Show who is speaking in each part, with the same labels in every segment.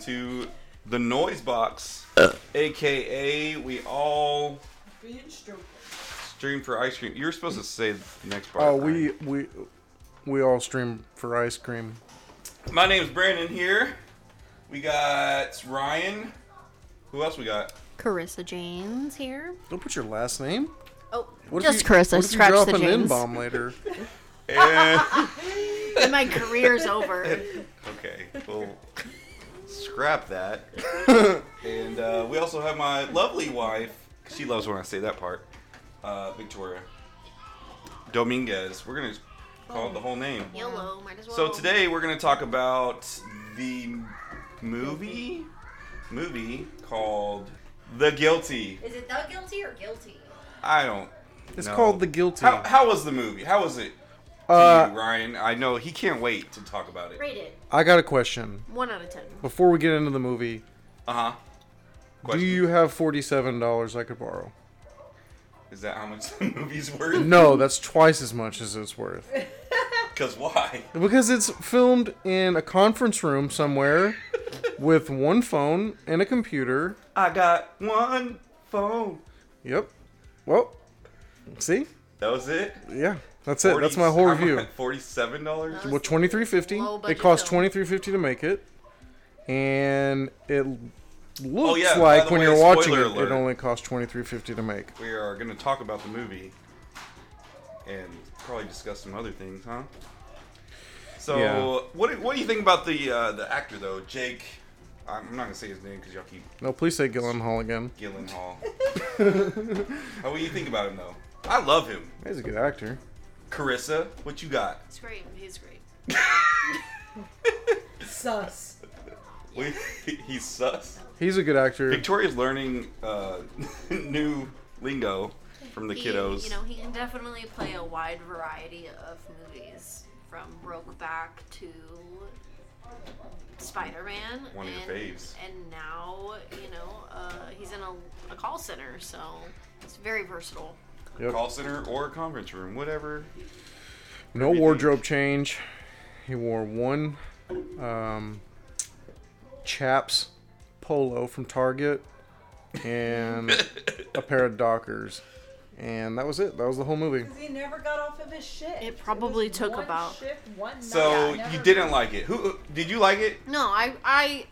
Speaker 1: to the Noise Box, aka we all stream for ice cream. You were supposed to say the next part.
Speaker 2: Oh, we we we all stream for ice cream.
Speaker 1: My name's Brandon here. We got Ryan. Who else we got?
Speaker 3: Carissa Jane's here.
Speaker 2: Don't put your last name.
Speaker 3: Oh,
Speaker 2: What if
Speaker 3: just
Speaker 2: you-
Speaker 3: Carissa.
Speaker 2: What if
Speaker 3: scratch
Speaker 2: you drop
Speaker 3: the
Speaker 2: an N
Speaker 3: Janes.
Speaker 2: bomb later?
Speaker 1: And
Speaker 3: And my career's over.
Speaker 1: Okay, well, scrap that. and uh, we also have my lovely wife. She loves when I say that part. Uh, Victoria Dominguez. We're gonna call it the whole name.
Speaker 3: Yellow, might as well.
Speaker 1: So today we're gonna talk about the m- movie movie called The Guilty.
Speaker 4: Is it the guilty or guilty?
Speaker 1: I don't.
Speaker 2: It's
Speaker 1: know.
Speaker 2: called The Guilty.
Speaker 1: How, how was the movie? How was it? to
Speaker 2: Uh,
Speaker 1: you, Ryan, I know he can't wait to talk about it.
Speaker 3: rate it
Speaker 2: I got a question.
Speaker 3: one out of ten.
Speaker 2: Before we get into the movie,
Speaker 1: Uh huh. Question.
Speaker 2: do you have forty-seven dollars I could borrow?
Speaker 1: Is that how much the movie's worth?
Speaker 2: No, that's twice as much as it's worth.
Speaker 1: Because why?
Speaker 2: Because it's filmed in a conference room somewhere with one phone and a computer.
Speaker 1: I got one phone.
Speaker 2: Yep. Well, see?
Speaker 1: That was it.
Speaker 2: Yeah. That's it. That's my
Speaker 1: 40
Speaker 2: whole
Speaker 1: how
Speaker 2: review.
Speaker 1: much? Forty-seven dollars.
Speaker 2: Well, twenty-three fifty.
Speaker 3: Low
Speaker 2: It
Speaker 3: budget
Speaker 2: cost
Speaker 3: film.
Speaker 2: twenty-three fifty to make it, and it looks
Speaker 1: Oh, yeah, by
Speaker 2: like
Speaker 1: the
Speaker 2: when
Speaker 1: way,
Speaker 2: you're watching
Speaker 1: spoiler
Speaker 2: it,
Speaker 1: alert.
Speaker 2: it only cost twenty-three fifty to make.
Speaker 1: We are going to talk about the movie and probably discuss some other things, huh? So,
Speaker 2: Yeah.
Speaker 1: what do, what do you think about the uh, the actor though, Jake? I'm I'm not gonna say his name because y'all keep
Speaker 2: No, please say Gyllenhaal again.
Speaker 1: Gyllenhaal. How what do you think about him though? I love him.
Speaker 2: He's a good actor.
Speaker 1: Carissa, what you got?
Speaker 3: It's great. He's great.
Speaker 4: Sus.
Speaker 1: We, he's sus.
Speaker 2: He's a good actor.
Speaker 1: Victoria's learning uh, new lingo from the kiddos.
Speaker 3: He, you know, he can definitely play a wide variety of movies, from Brokeback to Spider-Man.
Speaker 1: One of your
Speaker 3: and,
Speaker 1: faves.
Speaker 3: And now, you know, uh, he's in a, a call center, so it's very versatile.
Speaker 2: Yep.
Speaker 1: call center or conference room, whatever.
Speaker 2: No wardrobe change. He wore one um, chaps polo from Target and a pair of Dockers. And that was it. That was the whole movie.
Speaker 4: Because he never got off of his shift.
Speaker 3: It probably
Speaker 4: was
Speaker 3: took
Speaker 4: one
Speaker 3: about-
Speaker 4: Shift, one night.
Speaker 1: So
Speaker 4: I
Speaker 1: you
Speaker 4: never-
Speaker 1: didn't like it. Who did you like it?
Speaker 3: No, I, I,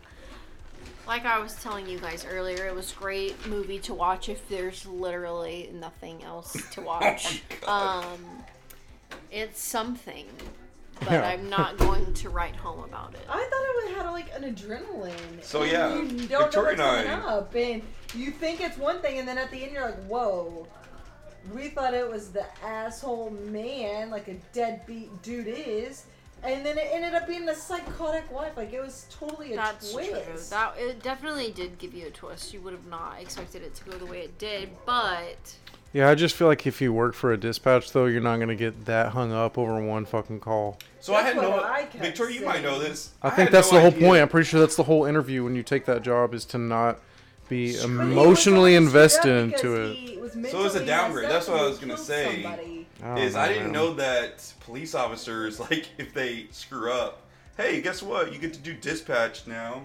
Speaker 3: like I was telling you guys earlier, it was great movie to watch if there's literally nothing else to watch.
Speaker 1: God.
Speaker 3: um, it's something, but
Speaker 2: Yeah.
Speaker 3: I'm not going to write home about it.
Speaker 4: I thought it had like an adrenaline.
Speaker 1: So,
Speaker 4: and
Speaker 1: yeah,
Speaker 4: you don't
Speaker 1: Victoria
Speaker 4: know what's
Speaker 1: and I-
Speaker 4: coming up, and you think it's one thing, and then at the end you're like, whoa. We thought it was the asshole man, like a deadbeat dude is, and then it ended up being the psychotic wife. Like it was totally a
Speaker 3: That's
Speaker 4: twist.
Speaker 3: true. That it definitely did give you a twist. You would have not expected it to go the way it did, but
Speaker 2: Yeah, I just feel like if you work for a dispatch, though, you're not going to get that hung up over one fucking call.
Speaker 1: So I
Speaker 4: That's
Speaker 1: had
Speaker 4: what
Speaker 1: no.
Speaker 4: I kept
Speaker 1: Victoria, you might
Speaker 4: saying.
Speaker 1: know this.
Speaker 2: I
Speaker 1: had
Speaker 2: think that's
Speaker 1: no
Speaker 2: the whole
Speaker 1: idea.
Speaker 2: point. I'm pretty sure that's the whole interview when you take that job is to not be
Speaker 4: But he was
Speaker 2: emotionally
Speaker 4: only screwed up
Speaker 2: invested into
Speaker 4: because
Speaker 2: it.
Speaker 4: he was
Speaker 1: So it was a
Speaker 4: mentally
Speaker 1: downggrade.
Speaker 4: messed
Speaker 1: That's
Speaker 4: up
Speaker 1: what I
Speaker 4: and
Speaker 1: was gonna
Speaker 4: killed
Speaker 1: say.
Speaker 4: somebody.
Speaker 2: don't
Speaker 1: Is I didn't
Speaker 2: Oh, man.
Speaker 1: know that police officers like if they screw up. Hey, guess what? You get to do dispatch now.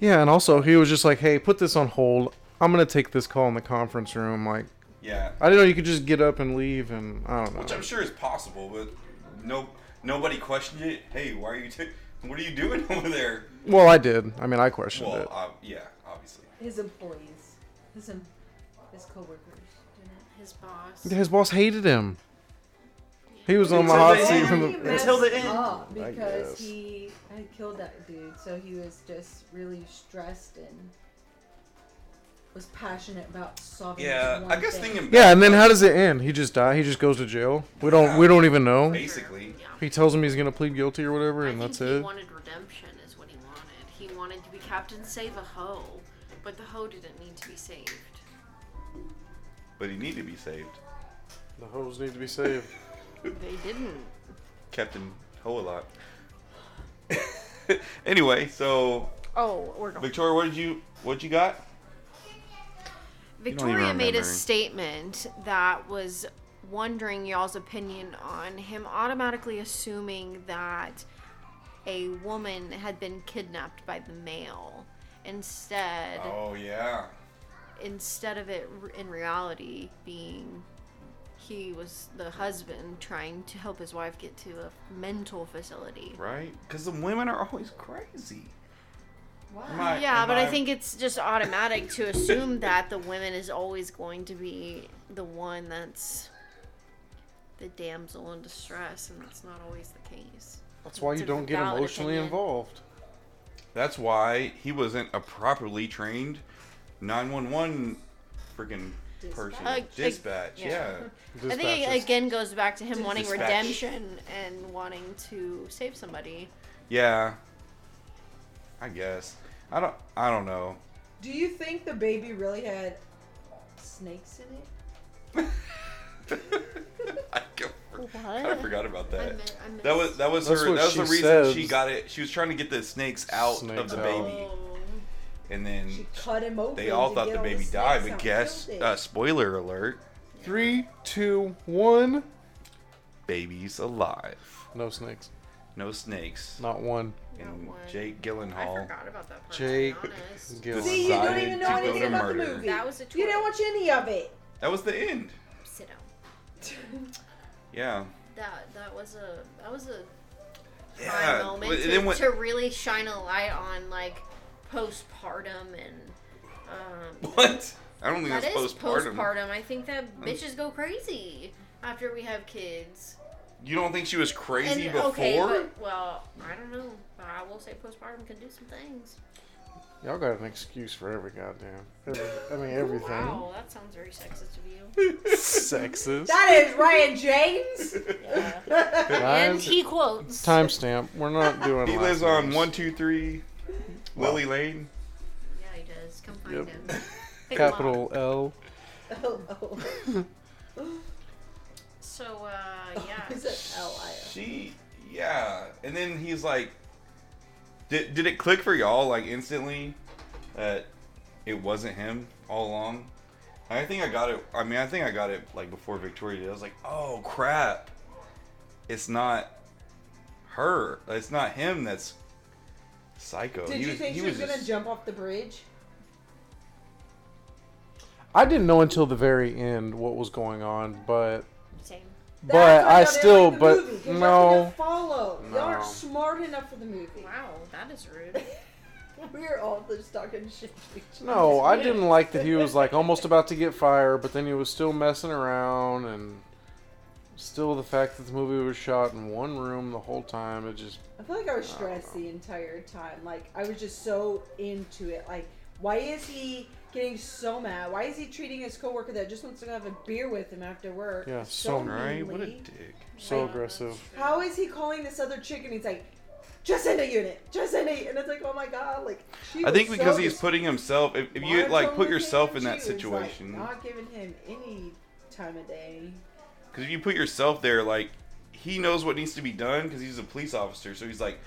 Speaker 2: Yeah, and also he was just like, "Hey, put this on hold. I'm gonna take this call in the conference room." Like,
Speaker 1: Yeah,
Speaker 2: I didn't know you could just get up and leave, and I don't know.
Speaker 1: which I'm sure is possible, but no, nobody questioned it. Hey, why are you? T- what are you doing over there?
Speaker 2: well, I did. I mean, I questioned
Speaker 1: Well,
Speaker 2: it.
Speaker 1: uh, yeah, obviously.
Speaker 4: His employees, his em- his coworkers.
Speaker 3: his boss.
Speaker 2: His boss hated him. He was on my
Speaker 1: Until
Speaker 2: hot
Speaker 1: the
Speaker 2: seat
Speaker 1: end.
Speaker 2: from
Speaker 4: He
Speaker 2: the.
Speaker 4: messed
Speaker 1: Until the end.
Speaker 4: up
Speaker 2: I
Speaker 4: Oh, because
Speaker 2: guess.
Speaker 4: he had killed that dude, so he was just really stressed and was passionate about solving. this
Speaker 1: Yeah,
Speaker 4: one
Speaker 1: I guess
Speaker 4: thing.
Speaker 1: thinking.
Speaker 2: Yeah, and then how does it end? He just died. He just goes to jail. We don't. We don't even know.
Speaker 1: Basically.
Speaker 3: Yeah.
Speaker 2: He tells him he's gonna plead guilty or whatever,
Speaker 3: I
Speaker 2: and
Speaker 3: think
Speaker 2: that's
Speaker 3: he
Speaker 2: it.
Speaker 3: wanted redemption is what he wanted. He wanted to be Captain Save a Hoe, but the hoe didn't need to be saved.
Speaker 1: But he needed to be saved.
Speaker 2: The hoes need to be saved.
Speaker 3: They didn't.
Speaker 1: Captain Ho a lot. anyway, so
Speaker 3: Oh, we're going.
Speaker 1: Victoria, what did you what you got? don't even
Speaker 3: Victoria made a
Speaker 1: remember.
Speaker 3: statement that was wondering y'all's opinion on him automatically assuming that a woman had been kidnapped by the male. Instead,
Speaker 1: Oh yeah.
Speaker 3: instead of it r- in reality being he was the husband trying to help his wife get to a mental facility.
Speaker 1: Right? Because the women are always crazy.
Speaker 4: Wow.
Speaker 1: My-
Speaker 3: Yeah,
Speaker 1: am
Speaker 3: but I think it's just automatic to assume that the woman is always going to be the one that's the damsel in distress, and that's not always the case.
Speaker 2: That's why you
Speaker 3: It's a
Speaker 2: don't get
Speaker 3: valid
Speaker 2: emotionally
Speaker 3: opinion.
Speaker 2: involved.
Speaker 1: That's why he wasn't a properly trained 911 freaking person.
Speaker 3: Uh,
Speaker 1: Dispatch,
Speaker 3: yeah.
Speaker 1: yeah.
Speaker 3: I think it
Speaker 2: Dispatches.
Speaker 3: again goes back to him wanting
Speaker 1: Dispatch.
Speaker 3: redemption and wanting to save somebody.
Speaker 1: Yeah. I guess. I don't I don't know.
Speaker 4: Do you think the baby really had snakes in it?
Speaker 1: I, go- I
Speaker 3: What?
Speaker 1: forgot about
Speaker 3: I
Speaker 1: that.
Speaker 3: mi- I miss-
Speaker 1: That was that was
Speaker 2: That's
Speaker 1: her
Speaker 2: what
Speaker 1: that was
Speaker 2: she
Speaker 1: the reason
Speaker 2: says.
Speaker 1: she got it. She was trying to get the snakes out of
Speaker 2: Snakes
Speaker 1: the
Speaker 2: out.
Speaker 1: baby.
Speaker 3: Oh.
Speaker 1: And then
Speaker 4: She cut him open.
Speaker 1: Mm, they all
Speaker 4: to
Speaker 1: thought
Speaker 4: get
Speaker 1: the
Speaker 4: all
Speaker 1: baby
Speaker 4: snakes
Speaker 1: died,
Speaker 4: out
Speaker 1: but
Speaker 4: and
Speaker 1: guess
Speaker 4: killed it.
Speaker 1: uh, spoiler alert,
Speaker 2: Three, two, one.
Speaker 1: baby's alive.
Speaker 2: No snakes.
Speaker 1: No snakes.
Speaker 2: Not one.
Speaker 3: Not
Speaker 1: and
Speaker 3: one.
Speaker 1: Jake
Speaker 3: I
Speaker 1: Gyllenhaal
Speaker 3: forgot about that part.
Speaker 2: Jake
Speaker 3: To be honest.
Speaker 2: Gyllenhaal.
Speaker 4: See, you don't even
Speaker 1: decided
Speaker 4: know
Speaker 1: to go
Speaker 4: anything
Speaker 1: to
Speaker 4: about
Speaker 1: murder.
Speaker 4: the movie.
Speaker 3: That was a
Speaker 4: You didn't
Speaker 3: choice.
Speaker 4: watch any of it.
Speaker 1: That was the end.
Speaker 3: Sit down.
Speaker 1: Yeah.
Speaker 3: That that was a that was a prime
Speaker 1: Yeah.
Speaker 3: moment
Speaker 1: But
Speaker 3: to,
Speaker 1: then when-
Speaker 3: to really shine a light on like postpartum and um,
Speaker 1: what? I don't think
Speaker 3: that
Speaker 1: that's
Speaker 3: is
Speaker 1: postpartum.
Speaker 3: postpartum. I think that bitches go crazy after we have kids.
Speaker 1: You don't think she was crazy
Speaker 3: and
Speaker 1: before?
Speaker 3: okay, but, well, I don't know. But I will say postpartum can do some things.
Speaker 2: Y'all got an excuse for every goddamn. Every, I mean, everything.
Speaker 3: Wow, that sounds very sexist of you.
Speaker 2: Sexist.
Speaker 4: That is Ryan James.
Speaker 3: Yeah.
Speaker 2: Time,
Speaker 3: and he quotes.
Speaker 2: timestamp. We're not doing.
Speaker 1: he
Speaker 2: last
Speaker 1: lives on
Speaker 2: names.
Speaker 1: one, two, three,
Speaker 2: Wow.
Speaker 1: Lily Lane.
Speaker 3: Yeah, he does. Come find
Speaker 2: Yep.
Speaker 3: him. Pick him up.
Speaker 2: capital L.
Speaker 4: oh, oh.
Speaker 3: So uh, yeah.
Speaker 4: He's an outlier.
Speaker 1: She, yeah. And then he's like, did, did it click for y'all like instantly that it wasn't him all along? I think I got it. I mean, I think I got it like before Victoria did. I was like, oh crap, it's not her. It's not him. That's psycho.
Speaker 4: Did
Speaker 1: He
Speaker 4: you
Speaker 1: was-
Speaker 4: think
Speaker 1: he
Speaker 4: she was, gonna
Speaker 1: just-
Speaker 4: jump off the bridge?
Speaker 2: I didn't know until the very end what was going on, but
Speaker 3: Same.
Speaker 2: but
Speaker 4: why
Speaker 2: I
Speaker 4: y'all didn't
Speaker 2: still
Speaker 4: like the
Speaker 2: but
Speaker 4: movie, 'cause y'all
Speaker 2: no.
Speaker 4: couldn't Follow. Y'all
Speaker 2: No.
Speaker 4: aren't smart enough for the movie.
Speaker 3: Wow, that is rude.
Speaker 4: We're all just talking shit. to each other.
Speaker 2: No, I didn't like that he was like almost about to get fired, but then he was still messing around and still the fact that the movie was shot in one room the whole time. It just
Speaker 4: I feel like I was stressed the entire time. Like I was just so into it. Like, why is he getting so mad? Why is he treating his coworker that just wants to go have a beer with him after work?
Speaker 2: Yeah,
Speaker 4: so
Speaker 2: so-
Speaker 1: Right? What a
Speaker 4: meanly?
Speaker 1: dick.
Speaker 2: so
Speaker 3: Like,
Speaker 2: aggressive.
Speaker 4: How is he calling this other chick and he's like, just in a unit, just in a, and it's like, oh my god, like. She
Speaker 1: I
Speaker 4: was
Speaker 1: think
Speaker 4: so
Speaker 1: because he's
Speaker 4: dis-
Speaker 1: putting himself. If, if you like
Speaker 4: monotone
Speaker 1: put
Speaker 4: with
Speaker 1: yourself
Speaker 4: him,
Speaker 1: in that
Speaker 4: she was, like,
Speaker 1: situation,
Speaker 4: not giving him any time of day.
Speaker 1: Because if you put yourself there, like he knows what needs to be done because he's a police officer. So he's like,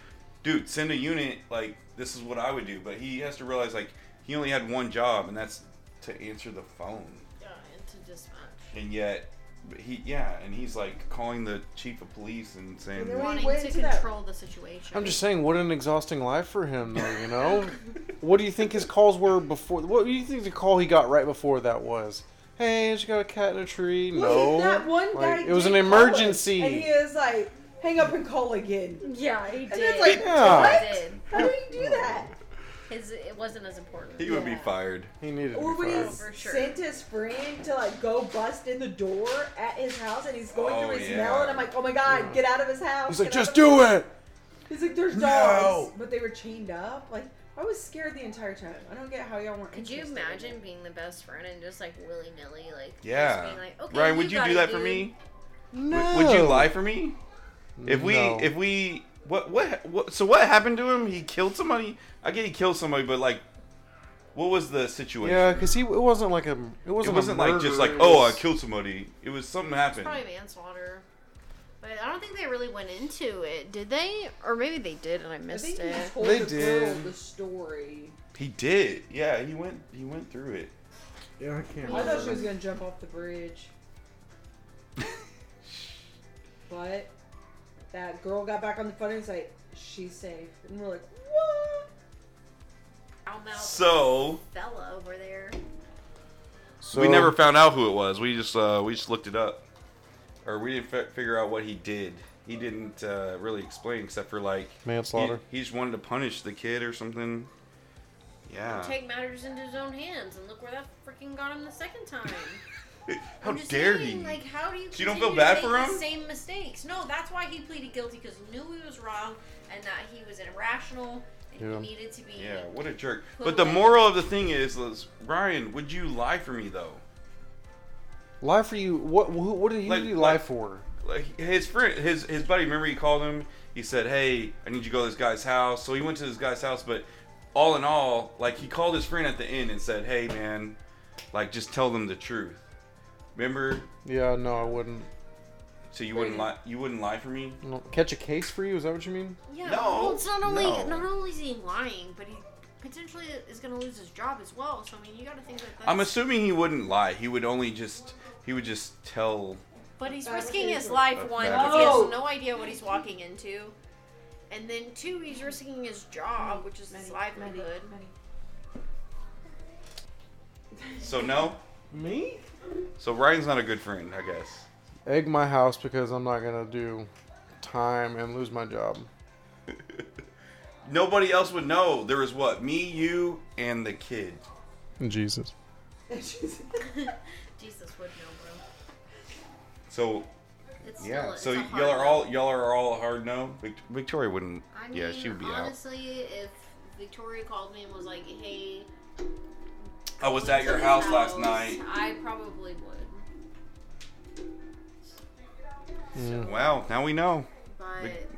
Speaker 1: dude, send a unit. Like this is what I would do. But he has to realize like he only had one job, and that's to answer the phone.
Speaker 3: Yeah, into dispatch.
Speaker 1: And yet, but he yeah, and he's like calling the chief of police and saying,
Speaker 4: And then
Speaker 3: Wanting
Speaker 4: went
Speaker 3: to
Speaker 4: to that-
Speaker 3: control the situation.
Speaker 2: I'm just saying, what an exhausting life for him, though. You know, what do you think his calls were before? What do you think the call he got right before that was? Hey, she got a cat in a tree. No,
Speaker 4: Look, that one guy.
Speaker 2: Like, it was an
Speaker 4: did call us,
Speaker 2: emergency.
Speaker 4: and he is like, hang up and call again.
Speaker 3: Yeah, he did.
Speaker 4: And it's like,
Speaker 2: Yeah.
Speaker 4: what?
Speaker 3: He did.
Speaker 4: How do you do that?
Speaker 3: His it wasn't as important.
Speaker 1: he would be
Speaker 4: Yeah.
Speaker 1: fired.
Speaker 2: He needed to
Speaker 4: Or
Speaker 2: be
Speaker 4: when he
Speaker 2: fired.
Speaker 3: For sure.
Speaker 4: sent his friend to like go bust in the door at his house, and he's going
Speaker 1: Oh,
Speaker 4: through his
Speaker 1: yeah.
Speaker 4: mail, and I'm like, oh my god, get out of his house.
Speaker 2: He's like,
Speaker 4: get out
Speaker 2: just
Speaker 4: of his
Speaker 2: do
Speaker 4: house."
Speaker 2: it.
Speaker 4: He's like, there's
Speaker 1: No.
Speaker 4: dogs, but they were chained up. Like, I was scared the entire time. I don't get how y'all weren't.
Speaker 3: Could you
Speaker 4: interested in it.
Speaker 3: imagine being the best friend and just like willy nilly, like just
Speaker 1: Yeah,
Speaker 3: being like, okay,
Speaker 1: Ryan, would you
Speaker 3: got
Speaker 1: do
Speaker 3: it,
Speaker 1: that for
Speaker 3: dude."
Speaker 1: me?
Speaker 2: No.
Speaker 1: Would you lie for me? If we,
Speaker 2: No.
Speaker 1: if we, what, what, what? So what happened to him? He killed somebody. I get he killed somebody, but like, what was the situation?
Speaker 2: Yeah, because he it wasn't like a it
Speaker 1: it
Speaker 2: wasn't,
Speaker 1: wasn't
Speaker 2: a
Speaker 1: like just like,
Speaker 2: murder, it
Speaker 1: oh, I
Speaker 2: was-
Speaker 1: killed somebody. It was something
Speaker 3: It's
Speaker 1: happened.
Speaker 3: probably manslaughter. But I don't think they really went into it, did they? Or maybe they did and I
Speaker 4: I
Speaker 3: missed
Speaker 4: think
Speaker 3: it.
Speaker 4: he told
Speaker 2: They
Speaker 4: the girl
Speaker 2: did.
Speaker 4: the story.
Speaker 1: He did. Yeah, he went. He went through it.
Speaker 2: Yeah, I can't.
Speaker 4: I thought
Speaker 2: remember.
Speaker 4: she was gonna jump off the bridge, but that girl got back on the phone and was like, she's saved. And we're like, what?
Speaker 3: Foul mouth
Speaker 1: So
Speaker 3: fella over there.
Speaker 2: So
Speaker 1: we never found out who it was. We just uh, we just looked it up, or we didn't fi- figure out what he did. He didn't uh, really explain except for like he,
Speaker 2: manslaughter.
Speaker 1: he just wanted to punish the kid or something. Yeah.
Speaker 3: Take matters into his own hands, and look where that freaking got him the second time.
Speaker 1: How
Speaker 3: I'm just
Speaker 1: dare
Speaker 3: saying,
Speaker 1: he?
Speaker 3: Like, how do you?
Speaker 1: So you don't feel
Speaker 3: continue to
Speaker 1: bad
Speaker 3: make
Speaker 1: for
Speaker 3: the
Speaker 1: him?
Speaker 3: Same mistakes. No, that's why he pleaded guilty because he knew he was wrong and that he was irrational and
Speaker 2: Yeah.
Speaker 3: he needed to be.
Speaker 1: yeah, what a jerk.
Speaker 3: Put
Speaker 1: But the
Speaker 3: away.
Speaker 1: moral of the thing is, is, Ryan, would you lie for me though?
Speaker 2: Lie for you? What? Who, what did he
Speaker 1: Like-
Speaker 2: really lie
Speaker 1: like-
Speaker 2: for?
Speaker 1: like his friend, his his buddy. Remember, he called him. He said, "Hey, I need you to go to this guy's house." So he went to this guy's house, but all in all, like he called his friend at the end and said, "Hey, man, like just tell them the truth." Remember,
Speaker 2: Yeah, no, I wouldn't.
Speaker 1: so you wouldn't lie. You wouldn't lie for me.
Speaker 2: No. Catch a case for you? Is that what you mean?
Speaker 3: Yeah.
Speaker 1: No,
Speaker 3: well, it's not only
Speaker 1: no.
Speaker 3: not only is he lying, but he potentially is going to lose his job as well. So I mean, you got to think that. That's,
Speaker 1: I'm assuming he wouldn't lie. He would only just he would just tell.
Speaker 3: But he's
Speaker 4: That
Speaker 3: risking
Speaker 4: is-
Speaker 3: his life
Speaker 1: That-
Speaker 3: one
Speaker 1: that
Speaker 3: because he has
Speaker 4: is-
Speaker 3: no idea what he's walking into, and then two, he's risking his job, which is his livelihood.
Speaker 1: So no.
Speaker 2: Me?
Speaker 1: So Ryan's not a good friend, I guess.
Speaker 2: Egg my house because I'm not gonna do time and lose my job.
Speaker 1: Nobody else would know. There was what me, you, and the kid.
Speaker 2: Jesus.
Speaker 4: And she's
Speaker 3: Jesus would know,
Speaker 1: So
Speaker 3: bro. It's
Speaker 1: Yeah.
Speaker 3: Still,
Speaker 1: So
Speaker 3: it's a
Speaker 1: y'all
Speaker 3: hard
Speaker 1: are
Speaker 3: no.
Speaker 1: all y'all are all hard no. Vic- Victoria wouldn't.
Speaker 3: I mean,
Speaker 1: yeah, she would be
Speaker 3: honestly, if Victoria called me and was like, "Hey,
Speaker 1: out. I was
Speaker 3: went
Speaker 1: at
Speaker 3: to
Speaker 1: your
Speaker 3: the
Speaker 1: house last night.
Speaker 3: I probably would.
Speaker 1: Wow. Now we know.
Speaker 3: But,
Speaker 1: Vic-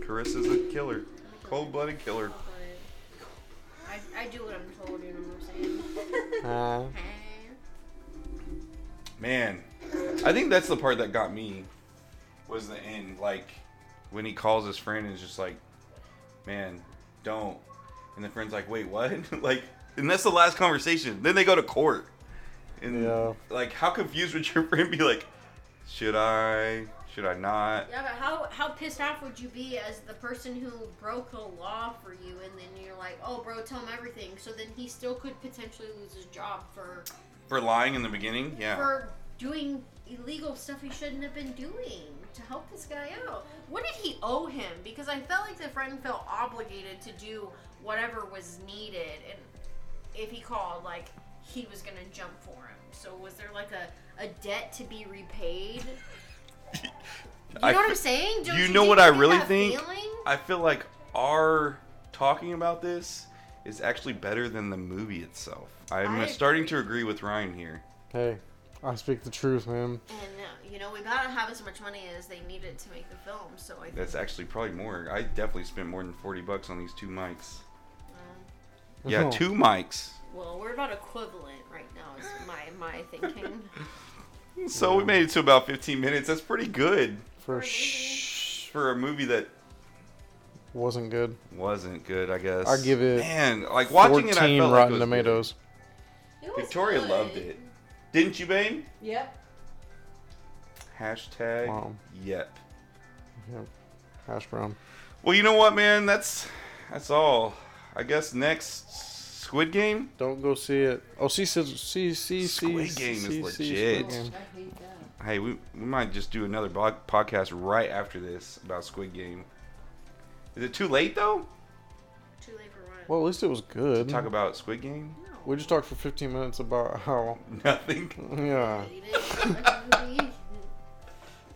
Speaker 1: Carissa's a killer. Cold-blooded killer.
Speaker 3: but I, I do what I'm told. You know what I'm saying?
Speaker 2: Uh,
Speaker 3: Eh.
Speaker 1: Man, I think that's the part that got me. Was the end like when he calls his friend and is just like, "Man, don't." And the friend's like, "Wait, what?" like, and that's the last conversation. Then they go to court. And
Speaker 2: Yeah.
Speaker 1: like, how confused would your friend be? Like, should I? Should I not?
Speaker 3: Yeah, but how how pissed off would you be as the person who broke the law for you, and then you're like, "Oh, bro, tell him everything." So then he still could potentially lose his job for
Speaker 1: For lying in the beginning, yeah.
Speaker 3: for doing illegal stuff he shouldn't have been doing to help this guy out. What did he owe him? Because I felt like the friend felt obligated to do whatever was needed, and if he called, like he was gonna jump for him. So was there like a, a debt to be repaid? You know
Speaker 1: I
Speaker 3: what
Speaker 1: fe-
Speaker 3: I'm saying? Don't
Speaker 1: you know
Speaker 3: think
Speaker 1: what
Speaker 3: I
Speaker 1: I
Speaker 3: get
Speaker 1: really
Speaker 3: that
Speaker 1: think?
Speaker 3: feeling?
Speaker 1: I feel like our talking about this is actually better than the movie itself. I'm uh,
Speaker 3: I
Speaker 1: starting to agree with Ryan here.
Speaker 2: hey, I speak the truth, man.
Speaker 3: And uh, you know we gotta have as much money as they needed to make the film. So I think
Speaker 1: That's actually probably more. I definitely spent more than 40 bucks on these two mics.
Speaker 3: um,
Speaker 1: Yeah, two mics.
Speaker 3: well we're about equivalent right now. Is my my thinking.
Speaker 1: So we made it to about 15 minutes. That's pretty good
Speaker 2: For shh,
Speaker 1: for a movie that
Speaker 2: wasn't good.
Speaker 1: wasn't good, I guess.
Speaker 2: I give it
Speaker 1: Man, like watching it, I
Speaker 2: 14
Speaker 1: felt like it
Speaker 2: Rotten
Speaker 1: was
Speaker 2: Tomatoes.
Speaker 3: It was
Speaker 1: good. Victoria
Speaker 3: good.
Speaker 1: loved it. Didn't you, Bane?
Speaker 4: yep.
Speaker 1: Hashtag
Speaker 2: Wow.
Speaker 1: yep.
Speaker 2: Yep. Hash brown.
Speaker 1: Well, you know what, man? That's that's all. I guess next Squid Game.
Speaker 2: Don't go see it. Oh, see, see, see, see,
Speaker 1: Squid
Speaker 2: see,
Speaker 1: Game is
Speaker 2: see, see,
Speaker 1: legit.
Speaker 2: Squid Game.
Speaker 4: I hate that.
Speaker 1: Hey, we, we might just do another bo- podcast right after this about Squid Game. Is it too late though?
Speaker 3: Too late for what?
Speaker 2: Well, at least it was good.
Speaker 1: Talk about Squid Game?
Speaker 3: No.
Speaker 2: we just talked for 15 minutes about how.
Speaker 1: Nothing.
Speaker 2: Yeah.
Speaker 3: They didn't like the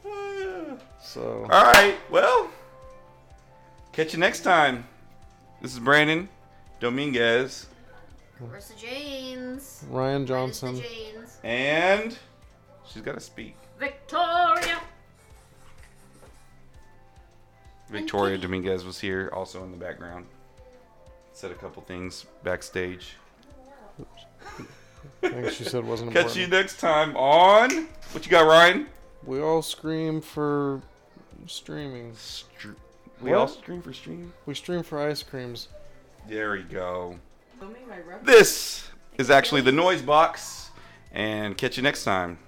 Speaker 3: movie.
Speaker 1: all
Speaker 2: So.
Speaker 1: right. Well, catch you next time. This is Brandon Dominguez
Speaker 3: Where's the Janes?
Speaker 2: Ryan
Speaker 3: Where's the
Speaker 2: Johnson.
Speaker 3: Janes?
Speaker 1: and she's got to speak.
Speaker 3: Victoria.
Speaker 1: Victoria Dominguez was here also in the background. Said a couple things backstage.
Speaker 2: I think she said wasn't
Speaker 1: Catch
Speaker 2: important.
Speaker 1: you next time on what you got, Ryan?
Speaker 2: We all scream for streaming.
Speaker 1: we all
Speaker 2: What?
Speaker 1: stream for stream.
Speaker 2: We stream for ice creams.
Speaker 1: There we go.
Speaker 4: Show me my reference.
Speaker 1: This is actually the noise box, and catch you next time.